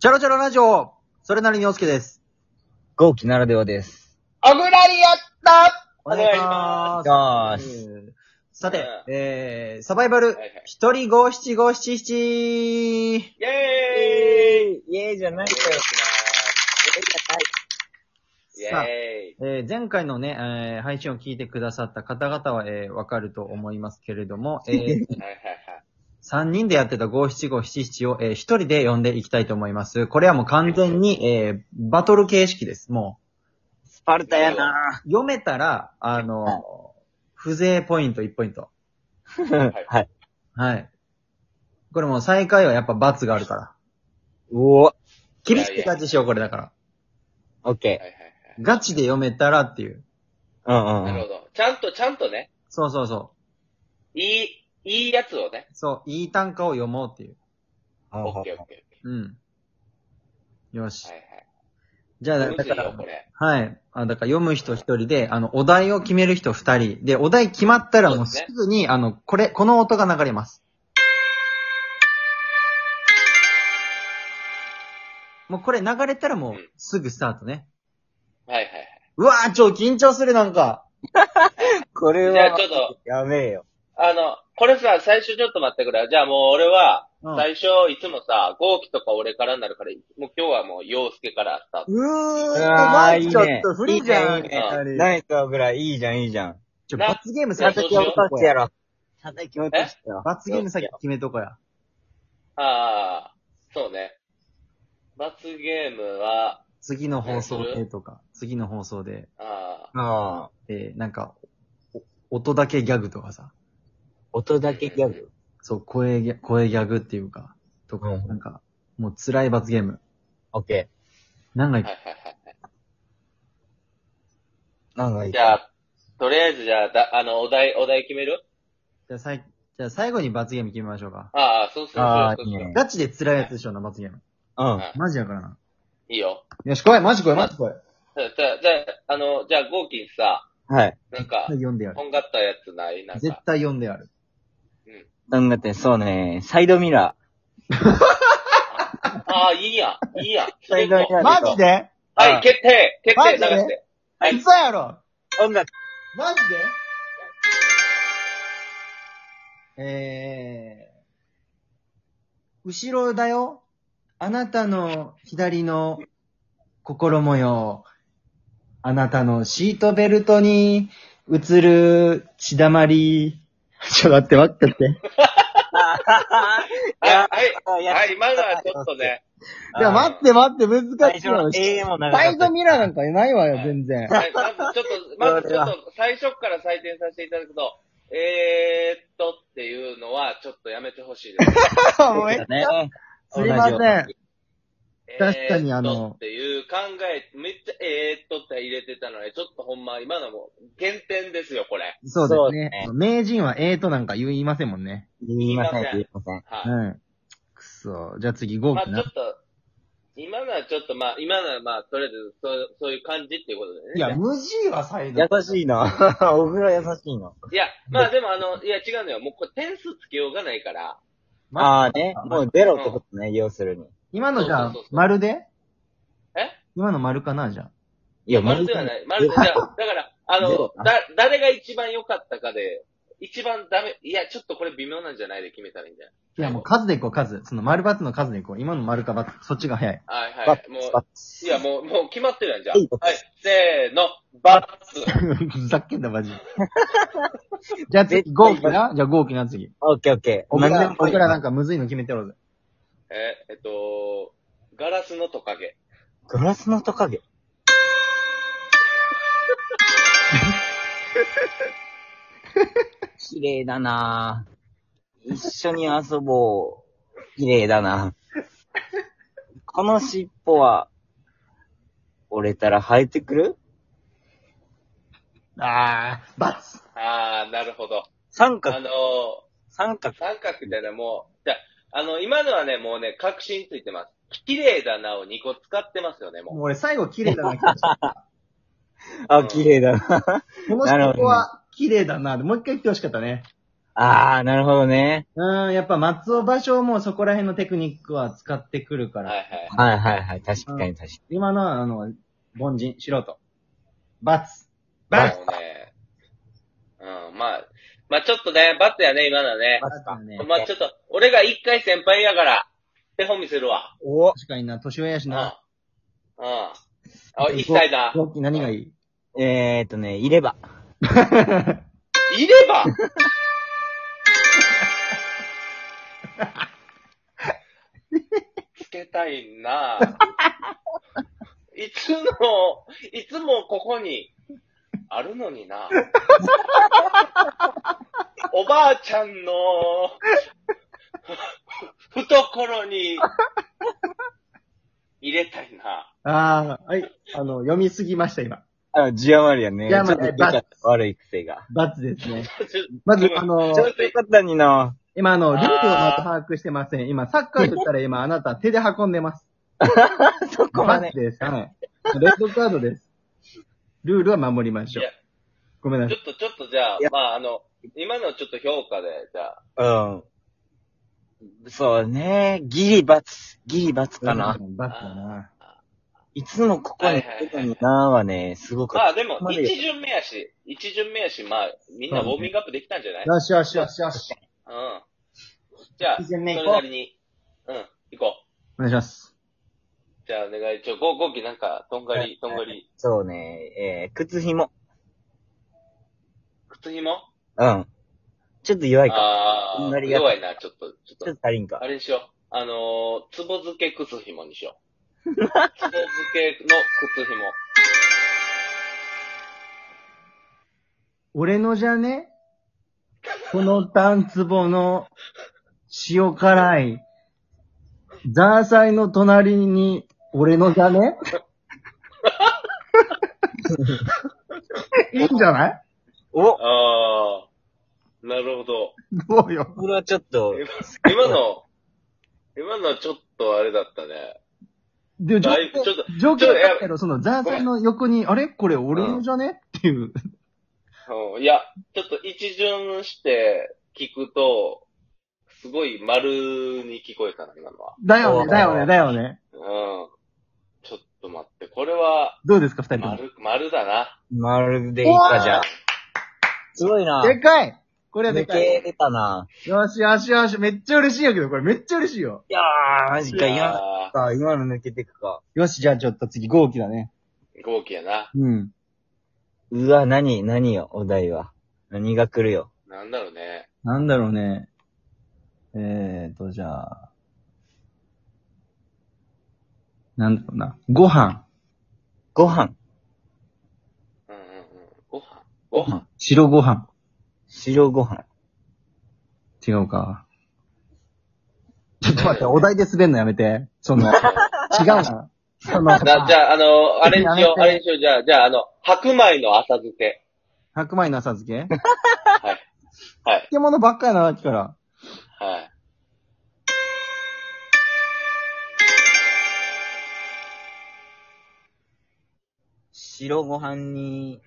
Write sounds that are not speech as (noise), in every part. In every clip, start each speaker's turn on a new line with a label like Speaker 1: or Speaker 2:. Speaker 1: チャロチャロラジオそれなりにおすけです。
Speaker 2: 豪気ならではです。
Speaker 3: オムラリアット
Speaker 1: お
Speaker 3: 願いし
Speaker 2: よ
Speaker 3: ま
Speaker 2: ー
Speaker 1: す
Speaker 2: し。
Speaker 1: えーさて、えー、サバイバル、一人五七五七七
Speaker 3: イェーイ
Speaker 2: イエーイじゃない
Speaker 3: お願いしますイェ
Speaker 1: さあ
Speaker 3: ーイ
Speaker 1: えー前回のね、えー配信を聞いてくださった方々は、えーわかると思いますけれども、え
Speaker 3: (laughs)
Speaker 1: ー
Speaker 3: はいはいはい
Speaker 1: 3人でやってた五七五七七を、えー一人で読んでいきたいと思います。これはもう完全に、えーバトル形式です。も
Speaker 2: スパル
Speaker 3: タやな
Speaker 1: う、読めたら、あの、風情ポイント1ポイント。
Speaker 2: はい。
Speaker 1: はい。これもう最下位はやっぱ罰があるから。
Speaker 2: うお
Speaker 1: 厳しくガチしよう、これだから。
Speaker 2: オッケ
Speaker 3: はい
Speaker 1: ガチで読めたらっていう。
Speaker 2: ー。うん
Speaker 3: は
Speaker 2: う
Speaker 3: いはい。
Speaker 2: んう
Speaker 3: なる
Speaker 2: ん。
Speaker 3: ほど。ちゃんと、ちゃんとね、
Speaker 1: そうそうそ
Speaker 3: いい、いいやつをね。
Speaker 1: う。そう、いい単価を読もうっていう。
Speaker 2: ほ
Speaker 3: オ
Speaker 2: うほ
Speaker 3: ッ
Speaker 2: う
Speaker 3: ケーオッケーオッケ
Speaker 1: うん。よし
Speaker 3: ー。は。い
Speaker 1: じゃあ、
Speaker 3: はい。む
Speaker 1: だ
Speaker 3: ずい
Speaker 1: か
Speaker 3: よ、
Speaker 1: ら
Speaker 3: こ、れ。
Speaker 1: はい。あだから読む人一人で、あの、お題を決める人二人。で、お題決まったらもう
Speaker 3: そう
Speaker 1: す
Speaker 3: ですね
Speaker 1: ぐに、あの、これ、この音が流れます。もうこれ流れたらもう
Speaker 3: うん
Speaker 1: すぐスタートね。
Speaker 3: はいはいはい。
Speaker 1: うわぁ、超緊張するなんか。
Speaker 2: これ
Speaker 3: じゃ
Speaker 2: は
Speaker 3: あちょっと、
Speaker 2: やめえよ。
Speaker 3: あの、これさ、最初ちょっと待ってくれ。じゃあもう俺は、
Speaker 1: うん
Speaker 3: 最初いつもさ、豪気とか俺からになるから、もう今日はもう陽介からスタート。
Speaker 1: うーん、
Speaker 2: あーいいね
Speaker 1: ちょっと不利じゃん。
Speaker 2: いい
Speaker 3: ねいいね
Speaker 1: あれ
Speaker 2: ナイスオブラ、いいじゃん、いいじゃん。
Speaker 1: ちょ、罰ゲーム先
Speaker 2: 叩
Speaker 3: 叩
Speaker 2: き
Speaker 3: き
Speaker 2: 落と
Speaker 3: 落
Speaker 1: として
Speaker 2: し
Speaker 1: て
Speaker 2: や
Speaker 1: や
Speaker 2: ろ。叩き落としてやろ。
Speaker 1: 罰ゲーム先決めとこや。
Speaker 3: ああ、そうね。罰ゲームは、
Speaker 1: 次の放送
Speaker 3: え
Speaker 1: でとか、次の放送で、
Speaker 3: ああ、
Speaker 2: ああ、
Speaker 1: えーなんか、お音だけギャグとかさ、
Speaker 2: 音だけギャグ。
Speaker 1: そう、声ギャ、声ギャグっていうか、とか、
Speaker 2: うん
Speaker 1: なんか、もう辛い罰ゲーム。
Speaker 2: オッケ
Speaker 1: なんかいい、
Speaker 3: はいはいはい。
Speaker 2: ー。なんかいい
Speaker 3: じ。ゃあ、とりあえずじゃあ、だあの、お題、お題決める
Speaker 1: じゃあさい、じゃあ最後に罰ゲーム決めましょうか。
Speaker 3: ああ、そうそうそう
Speaker 2: ああ、
Speaker 3: そ
Speaker 2: いう
Speaker 3: そう
Speaker 2: いね。
Speaker 1: ガチで辛いやつでしょうな、罰ゲーム。
Speaker 2: うん。
Speaker 1: マジやからな。
Speaker 3: いいよ。
Speaker 1: よし、来い、マジ来い、マジ来い。
Speaker 3: じゃあ、じゃあじゃあ、あの、じゃあ、ゴーキンさ、
Speaker 2: はい。
Speaker 3: なんか、
Speaker 1: 読んでやる
Speaker 3: と。んがったやつないなん
Speaker 1: 絶
Speaker 3: か。
Speaker 1: 対読んでやる。
Speaker 2: なんかって、そうね、サイドミラ
Speaker 3: ああ、いいやん。いいやん。
Speaker 2: サイドミラー。
Speaker 1: マジで
Speaker 3: はい、決定決
Speaker 1: マ
Speaker 3: 定
Speaker 1: ジ
Speaker 3: 流
Speaker 1: で
Speaker 3: して。はい
Speaker 1: 嘘やろ
Speaker 2: 音楽。
Speaker 1: マジでえー、後ろだよ。あなたの左の心模様。あなたのシートベルトに映る血だまり。 (laughs) ちょ、待って、待ってって。
Speaker 3: はい、はい。
Speaker 2: はい
Speaker 3: はい、今のはちょっと。ね。
Speaker 1: (laughs) いや、待って、待って、難
Speaker 2: 最
Speaker 1: しい
Speaker 2: 初の
Speaker 1: よ。
Speaker 2: AM も流
Speaker 1: サイ
Speaker 2: れ
Speaker 1: ド
Speaker 2: た。
Speaker 1: ミラーなんかいないわよ
Speaker 3: は、い
Speaker 1: 全然。
Speaker 3: はい、まずちょっと、まずちょっと、最初から採点させていただくと、えーっとっていうのは、ちょっとやめてほしいです。
Speaker 1: (laughs) もうめっちゃ
Speaker 2: ね。
Speaker 1: すいません。確
Speaker 3: 確
Speaker 1: かにあの
Speaker 3: っていう考え、めっちゃえーっとって入れてたのに、ちょっとほんま、今のも減点ですよ、これ。
Speaker 1: そうですね。
Speaker 2: そ
Speaker 1: 名人はええとなんか言いませんもんね。
Speaker 2: 言いません、言いません。
Speaker 3: はい。
Speaker 1: うん。くそ。じゃあ次、ゴ
Speaker 3: まあ
Speaker 1: ー
Speaker 3: ち
Speaker 1: キな
Speaker 3: ょっ。と、今のはちょっとまあ、今のはまあ、とりあえず、そう、そういう感じっていうことで
Speaker 1: い
Speaker 3: ね。
Speaker 1: や、無事はサイド。
Speaker 2: 優しいな。 (laughs) お風呂優しいの。
Speaker 3: いや、まあでもあの、いや違うのよ。もうこれ点数つけようがないから。
Speaker 1: ま
Speaker 2: ああね、もうゼロってことね、要するに。
Speaker 1: 今のじゃ
Speaker 3: そう
Speaker 1: あ
Speaker 3: そうそう、そう
Speaker 1: 丸で
Speaker 3: え
Speaker 1: 今の丸かな、じゃあ。
Speaker 2: いや、
Speaker 3: 丸ではない。丸で、じゃあだから、あ
Speaker 2: ゼ
Speaker 3: の
Speaker 2: ロ、な
Speaker 3: だ、誰が一番良かったかで、一番ダメ、いや、ちょっとこれ微妙なんじゃないで決めたらいいんじゃない
Speaker 1: いや、もう数でいこう、数。その丸×の数でいこう。今の丸か×。そっちが早い。 (laughs)
Speaker 3: はいはい
Speaker 2: バ
Speaker 3: は
Speaker 2: ッ
Speaker 3: い。もう、
Speaker 2: バッ
Speaker 3: いや、もう、もう決まってるやん、じゃ
Speaker 2: はい
Speaker 3: あ。はい、せーの、バツ。
Speaker 1: ふざけんな、 (laughs) マジで。じゃあ次、ゴーキな。じゃあ、ゴーキな、次。
Speaker 2: オッケーオッケー。
Speaker 1: 僕
Speaker 2: 何で
Speaker 1: ら
Speaker 2: も、いい
Speaker 1: 僕らなんかむずいの決めてやろうぜ。
Speaker 3: えー、えっと、ガラスのトカゲ。
Speaker 2: ガラスのトカゲ。 (laughs) 綺麗だなぁ。一緒に遊ぼう。綺麗だなこの尻尾は、折れたら生えてくる
Speaker 1: あー、×。
Speaker 3: あー、なるほど。
Speaker 2: 三
Speaker 3: あのー
Speaker 2: 角、、三角。
Speaker 3: 三角みたいなもう、じゃあ、あの、今のはね、もうね、確信ついてます。綺麗だなを2個使ってますよね、
Speaker 1: もう
Speaker 3: も
Speaker 1: 俺最後綺麗だな、来ま (laughs) した
Speaker 2: あ、綺麗だな。
Speaker 1: この
Speaker 2: なるほ
Speaker 1: 人
Speaker 2: ど
Speaker 1: は綺麗だな。もう一回言ってほしかったね。
Speaker 2: ああ、なるほどね。
Speaker 1: うん、やっぱ松尾芭蕉もそこら辺のテクニックは使ってくるか
Speaker 3: はい
Speaker 1: ら。
Speaker 3: はい。
Speaker 2: はいはいはい。確かに確かに。
Speaker 1: 今のは、あの、凡人、素人。罰。
Speaker 3: バ
Speaker 1: 罰
Speaker 3: ツね。うん、まあ、まあちょっとね、バツやね、今のね。
Speaker 1: 罰だね。
Speaker 3: まあちょっと、俺が一回先輩やから、手本見せるわ。
Speaker 2: お
Speaker 1: 確かにな、年上やし
Speaker 3: うん。うん。
Speaker 1: な。
Speaker 3: あ、一歳だ。
Speaker 1: ごご何がいい
Speaker 2: えーっとね、いれば。
Speaker 3: いればつけたいなぁ。いつの、いつもここにあるのになぁ。おばあちゃんのふ懐に入れたいな
Speaker 1: ああ、はい。あの、読みすぎました、今。
Speaker 2: あ、字余りやね。
Speaker 1: 字余り
Speaker 2: ちょっと出ちゃった悪い癖が。
Speaker 1: 罰ですね。
Speaker 3: ぁ。
Speaker 1: まず
Speaker 3: う、ん
Speaker 1: あの
Speaker 2: ち、ょっとよかったにな。
Speaker 1: 今、あの、ルールをま
Speaker 3: あー
Speaker 1: た把握してません。今、サッカーと言ったら今、あなた手で運んで (laughs) ます。
Speaker 2: そこま
Speaker 1: 罰
Speaker 2: で。
Speaker 1: です。はい。レッドカードです。ルールは守りましょう
Speaker 3: いや。
Speaker 1: ごめんな
Speaker 3: ち
Speaker 1: さ
Speaker 3: ょっと、ちょっとじゃあ
Speaker 2: いや、
Speaker 3: まああの、今のちょっと評価で、じゃあ、
Speaker 2: うん。そうね。ギリ罰。ギリ罰
Speaker 1: い。
Speaker 2: かな。
Speaker 1: うん。罰だな。
Speaker 2: いつもここに来てるのになはね、すごく。
Speaker 3: まあでも
Speaker 2: ま、だ
Speaker 3: 一巡目やし、一巡目やし、まあ、みんなウォーミングアップできたんじゃない
Speaker 1: よしよしよしよし。
Speaker 3: うん。じゃあ、
Speaker 1: 一
Speaker 3: それ
Speaker 1: 巡目行こう
Speaker 3: なりに、うん、行こう。
Speaker 1: お願いします。
Speaker 3: じゃあ、お願い、ちょ、ゴーゴーキなんか、とんがり、とんがり、
Speaker 2: そうね。えー、靴紐。
Speaker 3: 靴紐
Speaker 2: うん。ちょっと弱いか。
Speaker 3: あ
Speaker 2: とんが
Speaker 3: あ、
Speaker 2: りや
Speaker 3: 弱いな、ちょっと、ち
Speaker 2: ちょ
Speaker 3: ょっ
Speaker 2: っと足りんか
Speaker 3: と、あ。れにしよう。あのー、つぼ漬け靴紐にしよう。つぼ漬けの靴紐。
Speaker 1: 俺のじゃねこのタンツボの塩辛い、ザーサイの隣に俺のじゃ (laughs) ねいいんじゃない
Speaker 2: お
Speaker 3: ああ、なるほど。
Speaker 1: どうよ。
Speaker 2: これはちょっと、
Speaker 3: 今今の、今のちょっとあれだったね。
Speaker 1: で、状
Speaker 3: だいぶちょっ
Speaker 1: 況
Speaker 3: と、
Speaker 1: 状況だけど、そのザーサイの横に、あれこれ俺のじゃねっていう。
Speaker 3: うんいや、ちょっと一巡して聞くと、すごい丸に聞こえたな、今のは。
Speaker 1: だよね、だよね、だよね。
Speaker 3: うん。ちょっと待って、これは、
Speaker 1: どうですか、二人とも。
Speaker 3: 丸、丸だな。
Speaker 2: まるでいいかじゃあ。すごいな。
Speaker 1: でかいこれはで
Speaker 2: 抜
Speaker 1: かい。
Speaker 2: けれたな。
Speaker 1: よしよしよし、めっちゃ嬉しいやけど、これめっちゃ嬉しいよ。
Speaker 2: いやー、マジか。
Speaker 3: い
Speaker 2: 今の
Speaker 3: や
Speaker 2: か、今の抜けてくか。
Speaker 1: よし、じゃあちょっと次、豪気だね。
Speaker 3: ー、豪気やな。
Speaker 1: うん。
Speaker 2: うわ、何、何よ、お題は。何が来るよ。
Speaker 3: なんだろうね。
Speaker 1: なんだろうね。えーと、じゃあ。なんだろうな。ご飯。
Speaker 2: ご飯。
Speaker 3: うんうんうん。ご飯。ご飯。
Speaker 1: 白ご飯。
Speaker 2: 白ご飯。
Speaker 1: 違うか。ちょっと待って、お題で滑んのやめて。その、違うな。その、
Speaker 3: なじゃあ、あの、あれに
Speaker 1: や
Speaker 3: しよ
Speaker 1: めて
Speaker 3: う、あれにしよう。じゃあ、じゃあ、あの、白米の浅漬け。
Speaker 1: 白米の浅漬け
Speaker 3: はい。はい。
Speaker 1: 漬物ばっかやな、さっきから。
Speaker 3: はい。
Speaker 2: 白ご飯に、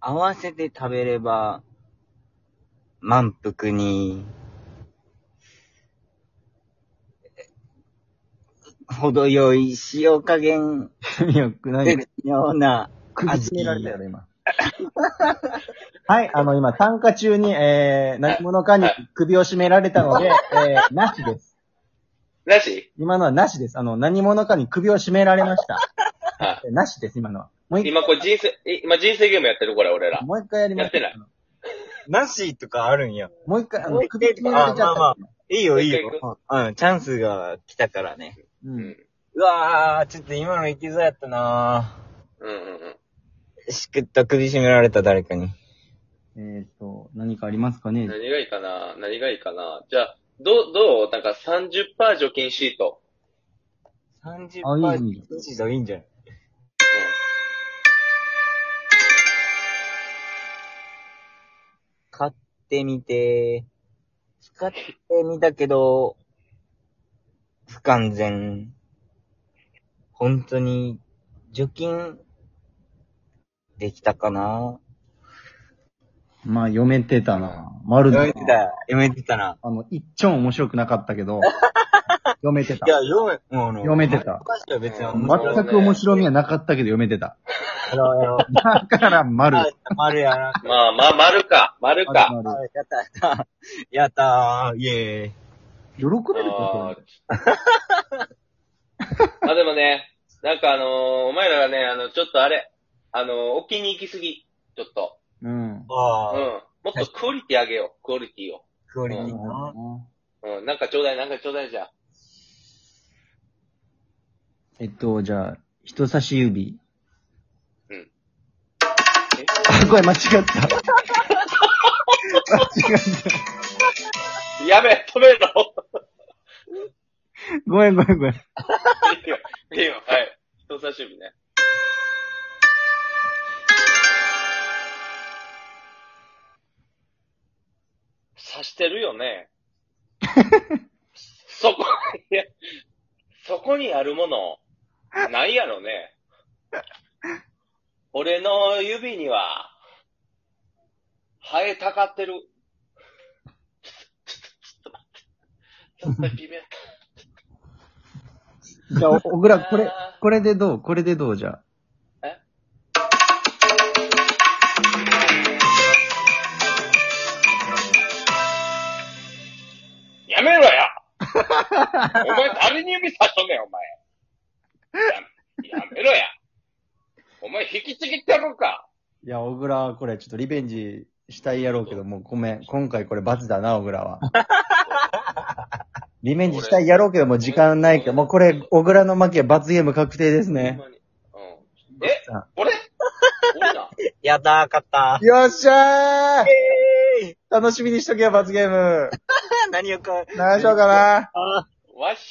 Speaker 2: 合わせて食べれば、満腹に、程よい塩加減、
Speaker 1: いや、くない。
Speaker 2: ような、
Speaker 1: くじ詰められたよ、今。 (laughs) はい、あの、今、単価中に、えー、何者かに首を絞められたので、えー、なしです。
Speaker 3: なし
Speaker 1: 今のはなしです。あの、何者かに首を絞められました。
Speaker 3: は
Speaker 1: えなしです、今のは。もう
Speaker 3: い。
Speaker 1: 一
Speaker 3: 今これ人生、え今人生ゲームやってるこれ、俺ら
Speaker 1: 回、。もう一回やりま
Speaker 3: やっ
Speaker 1: す
Speaker 3: てない。
Speaker 2: なしとかあるんや。
Speaker 1: もう一回、あ
Speaker 2: も
Speaker 1: の、
Speaker 2: う一回
Speaker 1: 首絞められちゃ
Speaker 2: あ
Speaker 1: っ
Speaker 2: まあ
Speaker 1: た。
Speaker 2: いいよ、いい
Speaker 3: もう一
Speaker 2: よ。うん、チャンスが来たからね。
Speaker 1: う。
Speaker 3: うんん。
Speaker 2: うわー、ちょっと今の行きそうやったな
Speaker 3: うんうんうん。
Speaker 2: ー。しくった首絞められた誰かに。
Speaker 1: えっと、何かありますかね
Speaker 3: 何がいいかな何がいいかなじゃあ、どう、どうなんか30%除菌シート。
Speaker 1: あいい
Speaker 2: 30%
Speaker 1: ね
Speaker 2: 禁止だいいんじゃない買ってみて、使ってみたけど、不完全。本当に、除菌、できたかな
Speaker 1: まあ、読めてたな。まる
Speaker 2: や
Speaker 1: で
Speaker 2: め。てた、やめてたな。
Speaker 1: あの、一丁面白くなかったけ
Speaker 2: (laughs)
Speaker 1: ど、読めてた
Speaker 2: い。や、読め、もうあの
Speaker 1: 読めてた
Speaker 2: おかしいよ別に。
Speaker 3: まった
Speaker 1: 全く面白みはなかったけど読めて
Speaker 2: (laughs)
Speaker 1: た。だから、丸。
Speaker 2: あ丸やな。
Speaker 3: まあまあ、丸か、丸か。
Speaker 1: 丸
Speaker 2: やった、やった。やったー、イェーイ。
Speaker 1: 喜べる
Speaker 3: あ
Speaker 1: こ
Speaker 3: ーまあでもね、なんかあのーお前らがね、あの、ちょっとあれ、あのーお気に行きすぎ、ちょっと。
Speaker 1: と。うん。
Speaker 3: う
Speaker 2: ああ、。
Speaker 3: んもっとクオリティ上げよう、クオリティを。
Speaker 2: クオリティな。
Speaker 1: え
Speaker 3: うん、なんかちょうだい、なんかちょうだいじゃあ。
Speaker 1: っと、じゃあ、人差し指。
Speaker 3: うん。
Speaker 1: あ、 (laughs) これ間違った。間違った。
Speaker 3: やべえ、止めろ
Speaker 1: ごめんごめんごめん。
Speaker 3: いいよ、いいよ、はい。人差し指ね。刺してるよね。そこ、いや、そこにあるもの、ないやろね。俺の指には、生えたかってる。ちょっと、ちょっと、ちょっと待って。ちょっと微妙。
Speaker 1: じゃあ、お小倉、これ、これでどうこれでどうじゃあ。
Speaker 3: えやめろやお前誰に指さしとんねん、お前。ややめろやお前引きちぎってやろうか
Speaker 1: いや、小倉、これちょっとリベンジしたいやろうけど、もうごめん。今回これ罰だな、小倉 (laughs) は。リベンジしたいやろうけど、もう時間ないけど、もうこれ、小倉の負けは罰ゲーム確定ですね。
Speaker 3: ほんまにうん。え
Speaker 1: さあ
Speaker 3: 俺 (laughs) 俺な。
Speaker 2: やったー、勝ったー。
Speaker 1: よっしゃー
Speaker 2: イェーイ
Speaker 1: 楽しみにしとけよ、罰ゲーム。
Speaker 2: 何をか、
Speaker 1: 何しようかな
Speaker 2: あー
Speaker 3: わし